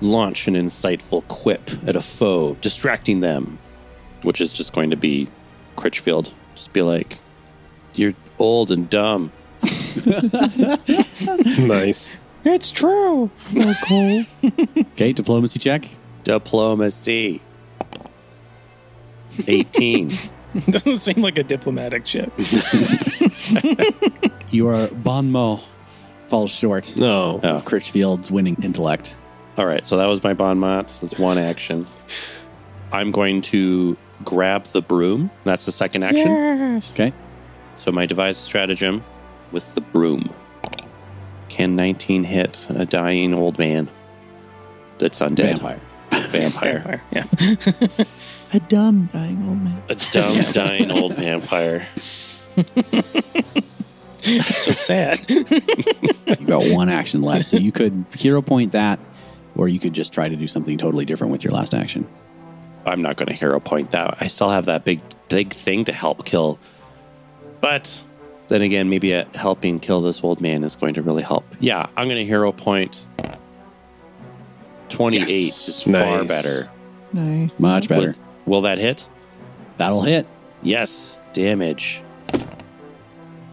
Speaker 5: launch an insightful quip at a foe, distracting them, which is just going to be Critchfield. Just be like, you're old and dumb.
Speaker 4: nice.
Speaker 6: It's true. So cool.
Speaker 1: Okay, diplomacy check.
Speaker 5: Diplomacy. 18.
Speaker 2: Doesn't seem like a diplomatic chip.
Speaker 1: Your bon mot falls short
Speaker 4: No.
Speaker 5: Oh.
Speaker 1: of Critchfield's winning intellect.
Speaker 5: All right, so that was my bon mot. That's one action. I'm going to grab the broom. That's the second action.
Speaker 6: Yes.
Speaker 1: Okay,
Speaker 5: So my devised stratagem with the broom. Can 19 hit a dying old man that's undead?
Speaker 1: vampire.
Speaker 5: vampire.
Speaker 2: Vampire. Yeah.
Speaker 3: A dumb dying old man.
Speaker 5: A dumb, dying old vampire.
Speaker 2: It's so sad.
Speaker 1: You got one action left, so you could hero point that, or you could just try to do something totally different with your last action.
Speaker 5: I'm not going to hero point that. I still have that big, big thing to help kill. But then again, maybe uh, helping kill this old man is going to really help. Yeah, I'm going to hero point 28.
Speaker 1: Yes.
Speaker 5: is far
Speaker 4: Nice.
Speaker 5: better.
Speaker 3: Nice.
Speaker 1: Much better.
Speaker 5: Will- will that hit?
Speaker 1: That'll hit.
Speaker 5: Yes, damage.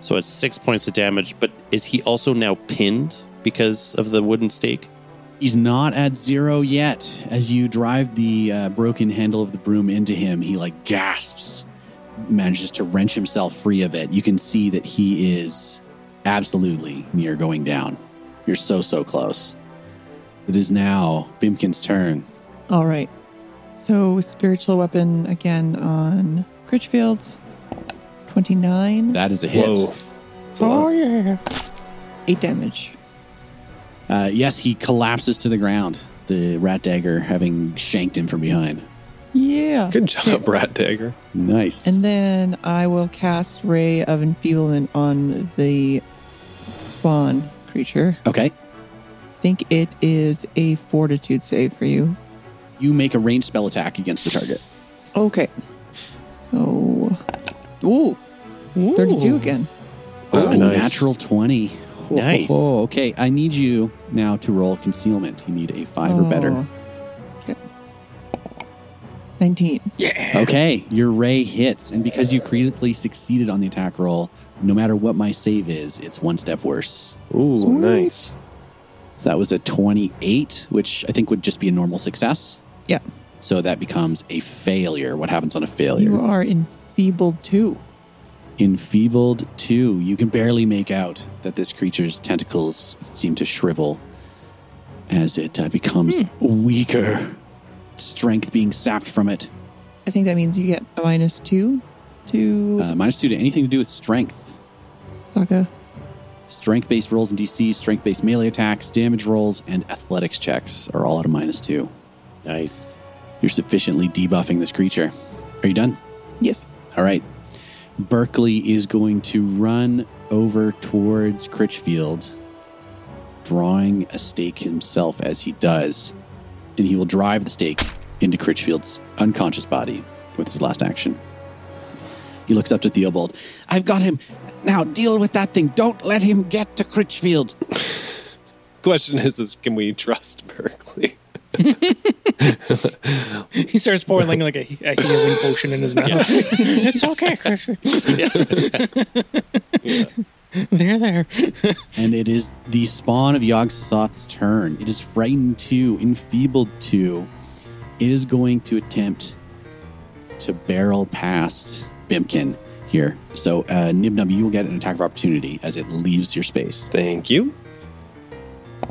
Speaker 5: So it's six points of damage, but is he also now pinned because of the wooden stake?
Speaker 1: He's not at zero yet. As you drive the uh, broken handle of the broom into him, he like gasps, manages to wrench himself free of it. You can see that he is absolutely near going down. You're so, so close. It is now Bimkin's turn.
Speaker 3: All right.
Speaker 7: So spiritual weapon again on Critchfield. 29.
Speaker 1: That is a hit.
Speaker 4: Whoa. That's a
Speaker 6: Oh
Speaker 4: lot.
Speaker 6: yeah.
Speaker 7: 8 damage.
Speaker 1: Uh, yes, he collapses to the ground, the rat dagger having shanked him from behind.
Speaker 7: Yeah.
Speaker 4: Good job, Rat Dagger.
Speaker 1: Nice.
Speaker 7: And then I will cast Ray of Enfeeblement on the spawn creature.
Speaker 1: okay.
Speaker 7: think it is a fortitude save for you.
Speaker 1: You make a ranged spell attack against the target.
Speaker 7: Okay. So, ooh, 32 again.
Speaker 1: Oh,
Speaker 4: Wow. Nice.
Speaker 1: natural 20.
Speaker 5: Nice.
Speaker 1: Oh, okay. I need you now to roll concealment. You need a five or better.
Speaker 7: Oh. Okay. 19.
Speaker 1: Okay. Your ray hits. And because you critically succeeded on the attack roll, no matter what my save is, it's one step worse.
Speaker 4: Ooh, nice.
Speaker 1: So that was a 28, which I think would just be a normal success.
Speaker 7: Yeah.
Speaker 1: So that becomes a failure. What happens on a failure?
Speaker 7: You are enfeebled too.
Speaker 1: Enfeebled too. You can barely make out that this creature's tentacles seem to shrivel as it uh, becomes weaker, strength being sapped from it.
Speaker 7: I think that means you get a minus 2 to
Speaker 2: Oh.
Speaker 1: Uh, minus two to anything to do with strength.
Speaker 7: Saga.
Speaker 1: Strength based rolls and DC, strength based melee attacks, damage rolls, and athletics checks are all at a minus two.
Speaker 5: Nice.
Speaker 1: You're sufficiently debuffing this creature. Are you done?
Speaker 7: Yes.
Speaker 1: All right. Berkeley is going to run over towards Critchfield, drawing a stake himself as he does. And he will drive the stake into Critchfield's unconscious body with his last action. He looks up to Theobald. I've got him. Now deal with that thing. Don't let him get to Critchfield.
Speaker 4: Question is, is can we trust Berkeley?
Speaker 2: He starts pouring like a, a healing potion in his mouth.
Speaker 6: It's okay, Christian. They're there.
Speaker 1: And it is the spawn of Yog Sothoth's turn. It is frightened too, enfeebled too. It is going to attempt to barrel past Bimkin here. So, uh, Nibnub, you will get an attack of opportunity as it leaves your space.
Speaker 4: Thank you.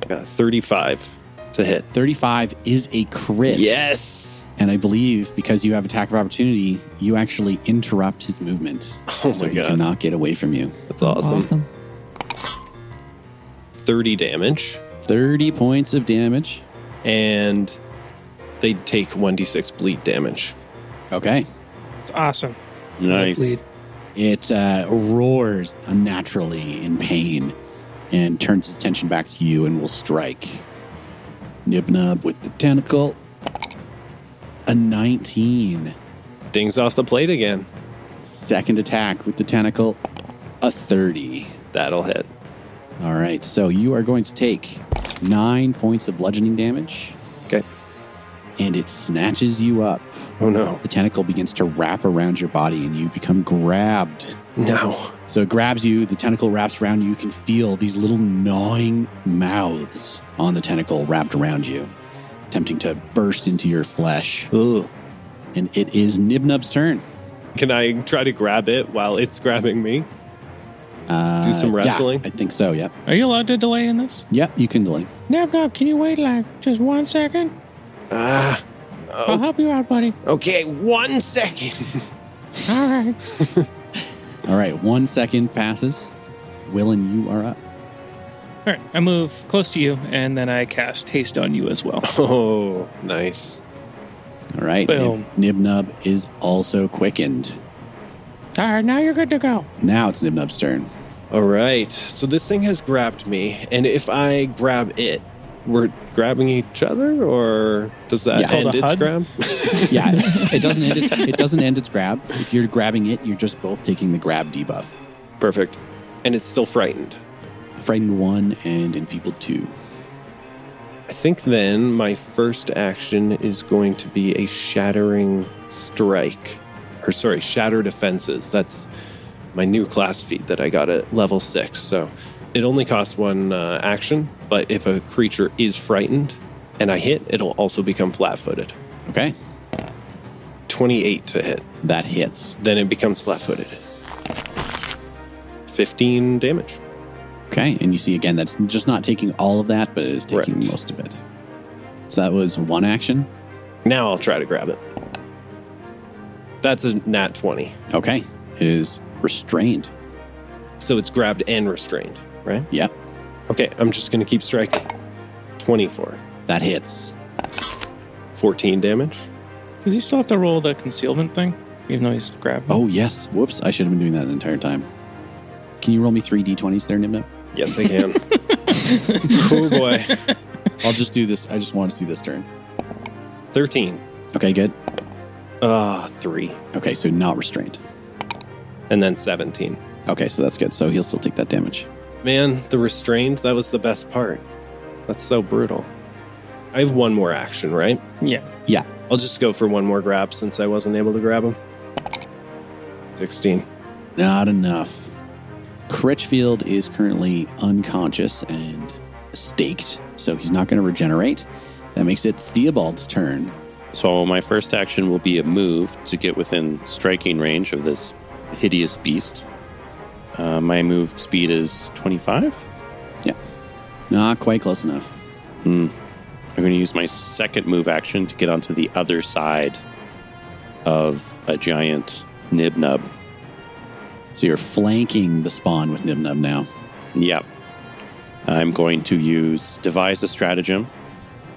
Speaker 4: Got 35 to hit.
Speaker 1: 35 is a crit.
Speaker 4: Yes.
Speaker 1: And I believe because you have attack of opportunity, you actually interrupt his movement.
Speaker 4: Oh
Speaker 1: so
Speaker 4: my
Speaker 1: he
Speaker 4: god.
Speaker 1: cannot get away from you.
Speaker 4: That's awesome.
Speaker 7: Awesome.
Speaker 4: 30 damage.
Speaker 1: 30 points of damage.
Speaker 4: And they take 1d6 bleed damage.
Speaker 1: Okay.
Speaker 2: It's awesome.
Speaker 5: Nice.
Speaker 2: Lead.
Speaker 1: It uh, roars unnaturally in pain and turns its attention back to you and will strike. Nib nub with the tentacle. A 19.
Speaker 4: Dings off the plate again.
Speaker 1: Second attack with the tentacle. A 30.
Speaker 4: That'll hit.
Speaker 1: All right, so you are going to take nine points of bludgeoning damage.
Speaker 4: Okay.
Speaker 1: And it snatches you up.
Speaker 4: Oh no.
Speaker 1: The tentacle begins to wrap around your body and you become grabbed.
Speaker 4: No.
Speaker 1: So it grabs you, the tentacle wraps around you. You can feel these little gnawing mouths on the tentacle wrapped around you, attempting to burst into your flesh.
Speaker 4: Ugh.
Speaker 1: And it is Nibnub's turn.
Speaker 4: Can I try to grab it while it's grabbing me?
Speaker 1: Uh,
Speaker 4: Do some
Speaker 1: yeah,
Speaker 4: wrestling?
Speaker 1: I think so, yep.
Speaker 6: Are you allowed to delay in this?
Speaker 1: Yep, you can delay.
Speaker 6: Nab Nab, can you wait like just one second?
Speaker 4: Ah.
Speaker 6: I'll help you out, buddy.
Speaker 4: Okay, one second.
Speaker 6: All right.
Speaker 1: All right, one second passes. Willen, you are up.
Speaker 2: All right, I move close to you, and then I cast haste on you as well.
Speaker 4: Oh, nice.
Speaker 1: All right.
Speaker 2: Boom.
Speaker 1: Nib- Nibnub is also quickened.
Speaker 6: All right, now you're good to go.
Speaker 1: Now it's Nibnub's turn.
Speaker 4: All right. So this thing has grabbed me, and if I grab it, we're grabbing each other, or does that
Speaker 1: It's
Speaker 2: called
Speaker 4: end
Speaker 2: a
Speaker 4: its
Speaker 2: HUD?
Speaker 4: grab?
Speaker 1: Yeah, it doesn't end its, it doesn't end its grab. If you're grabbing it, you're just both taking the grab debuff.
Speaker 4: Perfect. And it's still frightened.
Speaker 1: Frightened one and enfeebled two.
Speaker 4: I think then my first action is going to be a shattering strike. Or sorry, shattered offenses. That's my new class feat that I got at level six. So it only costs one uh, action, but if a creature is frightened and I hit, it'll also become flat footed.
Speaker 1: Okay,
Speaker 4: 28 to hit.
Speaker 1: that hits.
Speaker 4: Then it becomes flat footed. 15 damage.
Speaker 1: Okay, and you see again that's just not taking all of that, but it is taking
Speaker 4: Right.
Speaker 1: most of it. So that was one action.
Speaker 4: Now I'll try to grab it. That's a nat 20.
Speaker 1: Okay, it is restrained.
Speaker 4: So it's grabbed and restrained, right?
Speaker 1: Yep,
Speaker 4: Okay, I'm just going to keep striking. 24.
Speaker 1: that hits.
Speaker 4: 14 damage.
Speaker 2: Does he still have to roll the concealment thing, even though he's grabbed?
Speaker 1: Oh yes, whoops! I should have been doing that the entire time. Can you roll me three d20s there, Nimnub?
Speaker 4: Yes, I can. oh boy.
Speaker 1: I'll just do this. I just want to see this turn.
Speaker 4: 13.
Speaker 1: Okay, good.
Speaker 4: Ah, 3.
Speaker 1: Okay, so not restrained.
Speaker 4: And then 17.
Speaker 1: Okay, so that's good. So he'll still take that damage.
Speaker 4: Man, the restrained, that was the best part. That's so brutal. I have one more action, right?
Speaker 2: Yeah.
Speaker 1: Yeah.
Speaker 4: I'll just go for one more grab since I wasn't able to grab him. 16.
Speaker 1: Not enough. Critchfield is currently unconscious and staked, so he's not going to regenerate. That makes it Theobald's turn.
Speaker 5: So my first action will be a move to get within striking range of this hideous beast. Uh, my move speed is 25.
Speaker 1: Not quite close enough.
Speaker 5: Hmm. I'm going to use my second move action to get onto the other side of a giant nib nub.
Speaker 1: So you're flanking the spawn with Nibnub now.
Speaker 5: Yep. I'm going to use devise a stratagem,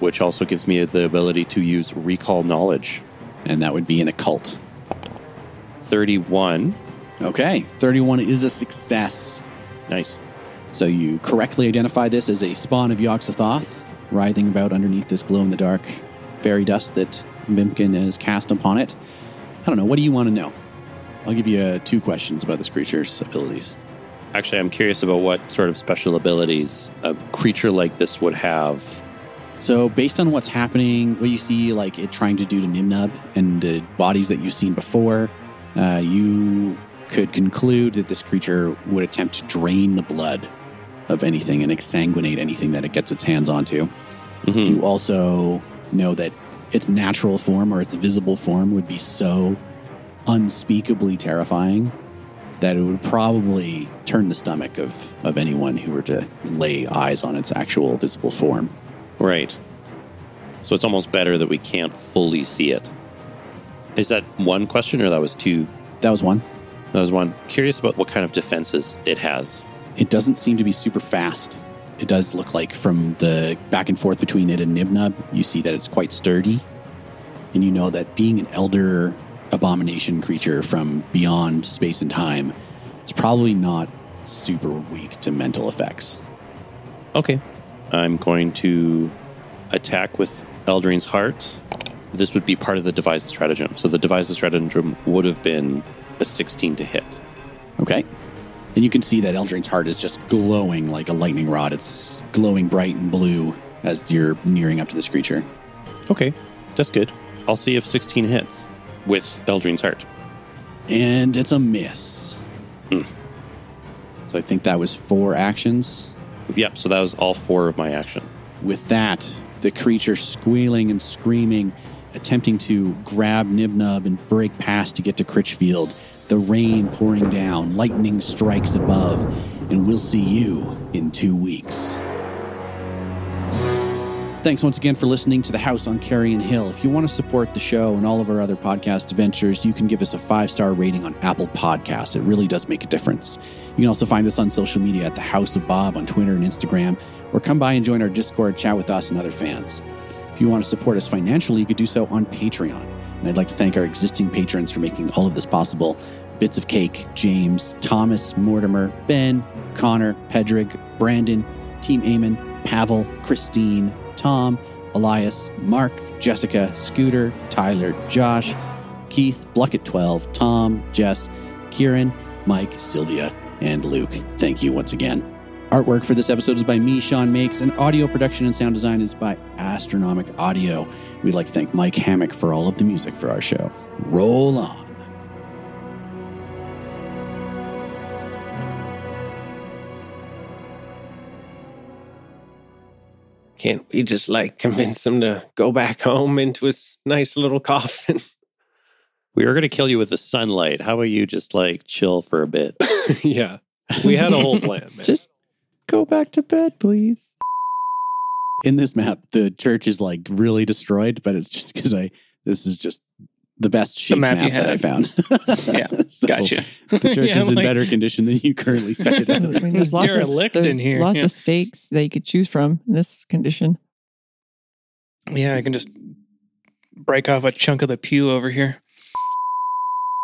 Speaker 5: which also gives me the ability to use recall knowledge.
Speaker 1: And that would be an occult.
Speaker 5: 31.
Speaker 1: Okay, 31 is a success.
Speaker 5: Nice.
Speaker 1: So you correctly identify this as a spawn of Yogg-Sothoth, writhing about underneath this glow-in-the-dark fairy dust that Mimkin has cast upon it. I don't know. What do you want to know? I'll give you uh, two questions about this creature's abilities.
Speaker 5: Actually, I'm curious about what sort of special abilities a creature like this would have.
Speaker 1: So, based on what's happening, what you see, like it trying to do to Nimnub and the bodies that you've seen before, uh, you could conclude that this creature would attempt to drain the blood of anything and exsanguinate anything that it gets its hands onto.
Speaker 5: Mhm.
Speaker 1: You also know that its natural form or its visible form would be so unspeakably terrifying that it would probably turn the stomach of, of anyone who were to lay eyes on its actual visible form.
Speaker 5: Right. So it's almost better that we can't fully see it. Is that one question or that was two?
Speaker 1: That was one.
Speaker 5: That was one. Curious about what kind of defenses it has.
Speaker 1: It doesn't seem to be super fast. It does look like from the back and forth between it and Nibnub, you see that it's quite sturdy. And you know that being an elder abomination creature from beyond space and time, it's probably not super weak to mental effects.
Speaker 5: Okay. I'm going to attack with Eldrin's Heart. This would be part of the Devise Stratagem. So the Devise Stratagem would have been a 16 to hit.
Speaker 1: Okay? And you can see that Eldrain's heart is just glowing like a lightning rod. It's glowing bright and blue as you're nearing up to this creature.
Speaker 5: Okay. That's good. I'll see if 16 hits with Eldrin's Heart.
Speaker 1: And it's a miss.
Speaker 5: Mm.
Speaker 1: So I think that was four actions.
Speaker 5: Yep. So that was all four of my action.
Speaker 1: With that, the creature squealing and screaming, attempting to grab Nibnub and break past to get to Critchfield. The rain pouring down, lightning strikes above, and we'll see you in two weeks. Thanks once again for listening to The House on Carrion Hill. If you want to support the show and all of our other podcast ventures, you can give us a five star rating on Apple Podcasts. It really does make a difference. You can also find us on social media at The House of Bob on Twitter and Instagram, or come by and join our Discord, chat with us and other fans. If you want to support us financially, you could do so on Patreon. And I'd like to thank our existing patrons for making all of this possible Bits of Cake, James, Thomas, Mortimer, Ben, Connor, Pedrig, Brandon, Team Amon, Pavel, Christine, Tom, Elias, Mark, Jessica, Scooter, Tyler, Josh, Keith, Bluckett12, Tom, Jess, Kieran, Mike, Sylvia, and Luke. Thank you once again. Artwork for this episode is by me, Sean Makes, and audio production and sound design is by Astronomic Audio. We'd like to thank Mike Hammock for all of the music for our show. Roll on.
Speaker 4: Can't we just like convince him to go back home into his nice little coffin?
Speaker 5: We were going to kill you with the sunlight. How about you just like chill for a bit?
Speaker 4: yeah. We had a whole plan, man.
Speaker 7: Just go back to bed, please.
Speaker 1: In this map, the church is like really destroyed, but it's just because I, this is just the best shape
Speaker 2: map
Speaker 1: map,
Speaker 2: you
Speaker 1: that I
Speaker 2: had.
Speaker 1: found.
Speaker 2: Yeah,
Speaker 1: So,
Speaker 2: Gotcha.
Speaker 1: The church
Speaker 2: Yeah,
Speaker 1: is in
Speaker 2: like-
Speaker 1: better condition than you currently see it.
Speaker 7: I mean,
Speaker 2: There's derelict in
Speaker 7: there's
Speaker 2: here,
Speaker 7: Lots
Speaker 2: yeah.
Speaker 7: of stakes that you could choose from in this condition.
Speaker 2: Yeah, I can just break off a chunk of the pew over here.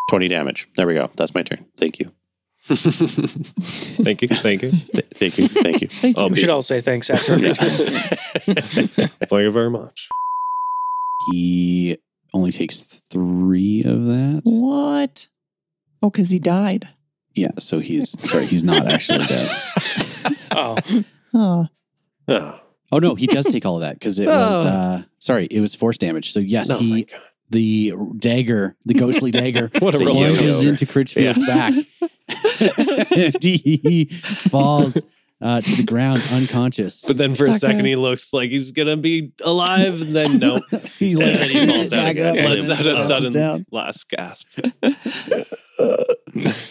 Speaker 5: 20 damage. There we go. That's my turn. Thank you.
Speaker 4: thank you. Thank you.
Speaker 5: Th- thank you. Thank you.
Speaker 7: Thank
Speaker 4: I'll
Speaker 2: we
Speaker 4: be,
Speaker 2: should all say thanks after.
Speaker 5: Yeah.
Speaker 2: every turn.
Speaker 4: thank you very much.
Speaker 1: He only takes three of that.
Speaker 7: What? Oh, because he died.
Speaker 1: Yeah, so he's sorry, he's not actually dead.
Speaker 2: oh,
Speaker 7: Huh.
Speaker 4: Oh,
Speaker 1: Oh no, he does take all of that because it was uh sorry, it was force damage. So yes,
Speaker 4: oh my
Speaker 1: he
Speaker 4: God.
Speaker 1: the dagger, the ghostly dagger
Speaker 4: What a
Speaker 5: The
Speaker 4: roller
Speaker 5: yo-yo.
Speaker 1: plunges
Speaker 4: coaster.
Speaker 1: into Critchfield's back. and he falls uh, to the ground unconscious.
Speaker 4: But then for a
Speaker 7: Back
Speaker 4: second,
Speaker 7: up.
Speaker 4: he looks like he's going to be alive. And then, no.
Speaker 1: he
Speaker 4: And
Speaker 1: like
Speaker 4: then he falls down
Speaker 1: back
Speaker 4: again.
Speaker 1: up,
Speaker 4: Lets
Speaker 1: and
Speaker 4: out a
Speaker 1: collapses
Speaker 4: sudden
Speaker 1: down.
Speaker 4: last gasp.